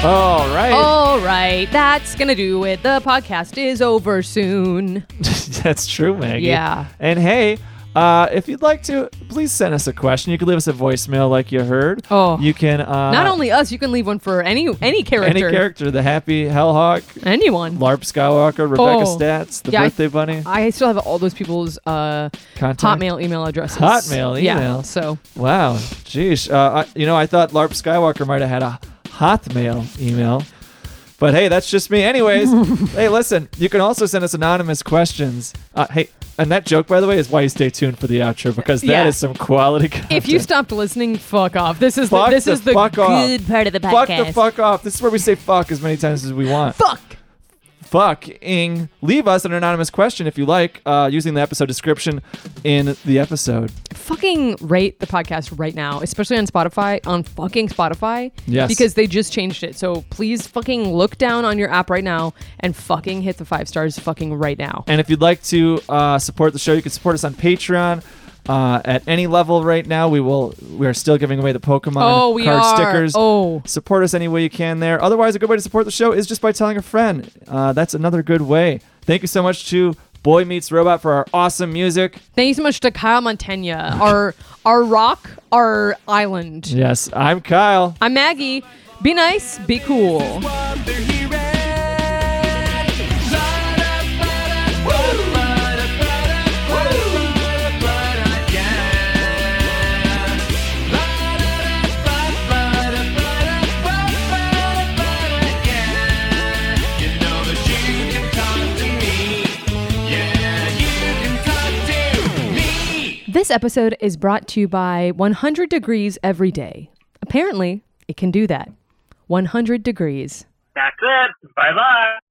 [SPEAKER 2] All right.
[SPEAKER 3] All right, that's gonna do it. The podcast is over soon.
[SPEAKER 2] That's true, Maggie.
[SPEAKER 3] Yeah.
[SPEAKER 2] And hey, uh, if you'd like to, please send us a question. You can leave us a voicemail, like you heard.
[SPEAKER 3] Oh.
[SPEAKER 2] You can uh,
[SPEAKER 3] Not only us, you can leave one for any any character,
[SPEAKER 2] any character, the Happy Hellhawk,
[SPEAKER 3] anyone.
[SPEAKER 2] Larp Skywalker, Rebecca
[SPEAKER 3] Oh.
[SPEAKER 2] Stats, the
[SPEAKER 3] Yeah, I-
[SPEAKER 2] Birthday Bunny,
[SPEAKER 3] I still have all those people's uh,
[SPEAKER 2] Contact.
[SPEAKER 3] Hotmail email addresses.
[SPEAKER 2] Hotmail
[SPEAKER 3] Yeah.
[SPEAKER 2] email.
[SPEAKER 3] So
[SPEAKER 2] Wow. Jeez. Uh, I, you know, I thought Larp Skywalker might have had a Hotmail email. But hey, that's just me. Anyways, hey, listen, you can also send us anonymous questions. Uh, hey, and that joke, by the way, is why you stay tuned for the outro because that is
[SPEAKER 3] Yeah.
[SPEAKER 2] some quality content.
[SPEAKER 3] if you stopped listening, fuck off. This is
[SPEAKER 2] Fuck
[SPEAKER 3] the, this
[SPEAKER 2] the
[SPEAKER 3] is the
[SPEAKER 2] fuck off.
[SPEAKER 3] good part of the podcast.
[SPEAKER 2] fuck the fuck off, this is where we say fuck as many times as we want.
[SPEAKER 3] Fuck.
[SPEAKER 2] Fucking leave us an anonymous question if you like uh, using the episode description in the episode.
[SPEAKER 3] fucking rate the podcast right now, especially on Spotify, on fucking Spotify.
[SPEAKER 2] Yes.
[SPEAKER 3] Because they just changed it. So please fucking look down on your app right now and fucking hit the five stars fucking right now.
[SPEAKER 2] And if you'd like to uh, support the show, you can support us on Patreon. Uh, at any level right now, we will. We are still giving away the Pokemon
[SPEAKER 3] Oh, we
[SPEAKER 2] card
[SPEAKER 3] are.
[SPEAKER 2] stickers.
[SPEAKER 3] Oh.
[SPEAKER 2] support us any way you can there. Otherwise, a good way to support the show is just by telling a friend. Uh, that's another good way. Thank you so much to Boy Meets Robot for our awesome music.
[SPEAKER 3] Thank you so much to Kyle Montaigne, our our rock, our island.
[SPEAKER 2] Yes, I'm Kyle.
[SPEAKER 3] I'm Maggie. Be nice, be cool. This episode is brought to you by 100 Degrees Every Day. Apparently, it can do that. 100 Degrees.
[SPEAKER 7] That's it. Bye bye.